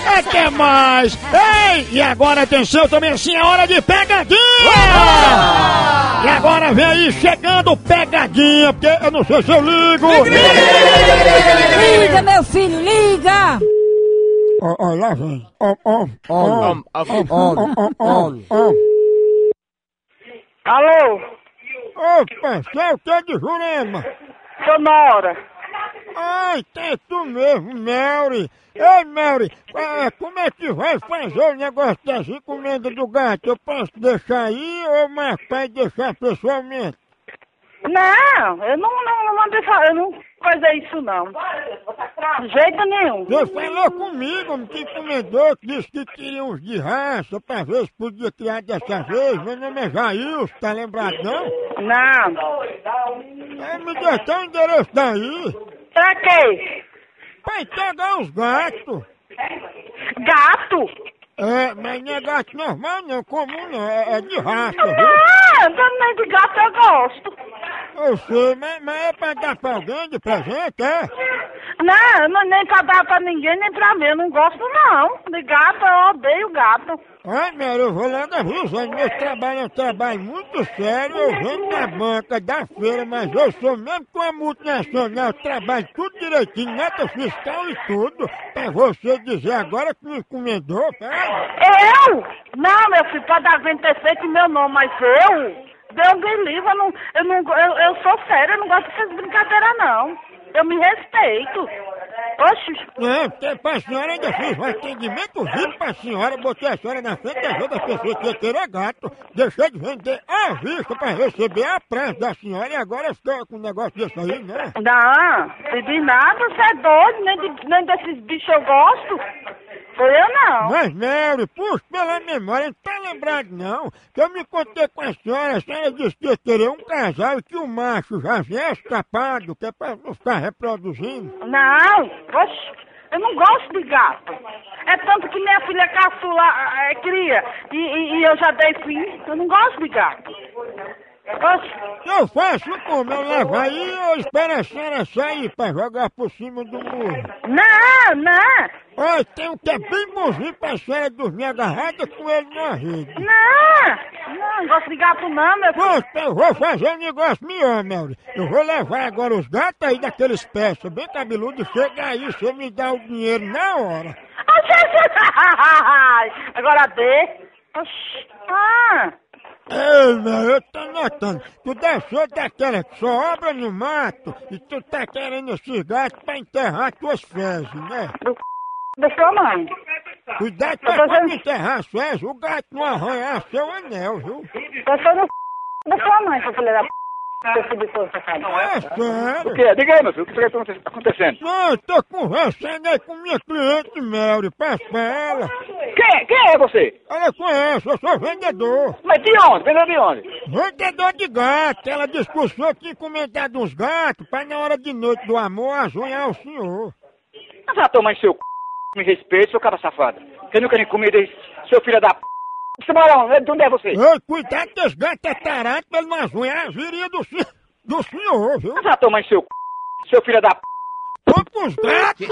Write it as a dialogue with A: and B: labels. A: é que é mais! Ei! E agora, atenção, também sim, é hora de pegadinha! E agora vem aí chegando pegadinha, porque eu não sei se eu ligo!
B: Liga, meu filho, liga!
A: Ó, ó, lá vem! Ó, ó, ó,
C: On, on, on,
A: ó, ó, ó!
D: Alô,
A: Opa, que é o que de Jurema?
D: sou Nora.
A: Ai, tem tu mesmo, Melry. Ei, Melry, ah, como é que vai fazer o negócio das encomendas do gato? Eu posso deixar aí ou marcar e deixar pessoalmente?
D: Não, eu não, não, não vou deixar, eu não coisa isso não. De jeito nenhum.
A: Você falou comigo, me que encomendou, que disse que queria uns de raça pra ver se podia criar dessa vez. Meu nome é Jair, tá lembrado não?
D: Não.
A: É, me dê até o endereço daí,
D: Pra quê?
A: pra entregar os gatos.
D: Gato?
A: É, mas não é gato normal não, comum não, é, é de raça, viu?
D: Não, também de gato eu gosto.
A: Eu sei, mas, mas é pra dar pra alguém de presente, é?
D: Não, não, nem pra dar pra ninguém, nem pra mim, eu não gosto não. De gato, eu odeio gato.
A: Ah, Mary, eu vou logo avisando, meu trabalho é um trabalho muito sério, eu venho da banca, da feira, mas eu sou mesmo com a multinacional, trabalho tudo direitinho, nota fiscal e tudo, pra você dizer agora que me encomendou, tá?
D: Eu? Não, meu filho, pode alguém ter feito meu nome, mas eu? Deus me livre, eu não, eu, não, go- eu, eu sou séria, eu não gosto dessas brincadeiras, não. Eu me respeito. Oxi,
A: Não, porque pra senhora ainda fiz um atendimento vivo pra senhora, botei a senhora na frente da das pessoas que ia ter é gato, deixei de vender à vista pra receber a praça da senhora e agora estou com um negócio desse aí, né?
D: não, pedi nada, você é doido, nem, de- nem desses bichos eu gosto. Foi eu, não.
A: Mas, Mary, puxa pela memória, não tá lembrado não. Que eu me contei com a senhora, a senhora disse que eu teria um casal e que o macho já vinha escapado, que é pra não ficar reproduzindo.
D: Não, oxi. Eu não gosto de gato. É tanto que minha filha caçula eh, cria e, e- e eu já dei fim. Eu não gosto de gato. Oxi.
A: Eu faço como? Eu levo aí ou espero a senhora sair pra jogar por cima do muro?
D: Não, não,
A: Olha, tem um que é bem bonzinho pra senhora dormir agarrada com ele na rede.
D: não, não, não gosto de gato não, meu
E: Hum.
D: filho.
A: Pronto, eu vou fazer um negócio melhor, Melry. Eu vou levar agora os gatos aí daqueles peças bem cabeludos, chega aí, você me dá o dinheiro na hora.
D: Oxi, oxi. Agora dê. Oxi. Ah,
A: Ei, meu, eu tô notando. Tu deixou daquela que só obra no mato e tu tá querendo esses gatos pra enterrar tuas fezes, né?
D: da sua mãe.
A: Cuidado
D: Eu
A: pra
D: tô
A: quando
D: vendo.
A: enterrar as fezes, o gato não arranhar seu anel, viu?
D: Da sua, da sua mãe, sua filha da p. Seu filho de Ah. porra, safado.
A: É
E: O
A: sério.
E: que é? Diga aí, meu filho, o que está acontecendo?
A: Não, eu tô conversando aí com minha cliente, Mary, passa pra ela.
E: Quem, é- quem é você?
A: Ela conhece, eu sou vendedor.
E: Mas de onde? Vendeu de onde?
A: Vendedor de gato. Ela discursou que tinha encomendado uns gatos pra na hora de noite do amor azunhar o senhor.
E: Mas a tua mãe, seu c... me respeite, seu cara safado. Você nunca nem comida, seu filho da p... Seu marão, de onde é você?
A: Ei, cuidado que esse gato é tarado pelo Mazunha, é a viria do, sen- do senhor, viu?
E: Mas a tua mãe, seu c... Seu filho da p...
A: Poucos gatos!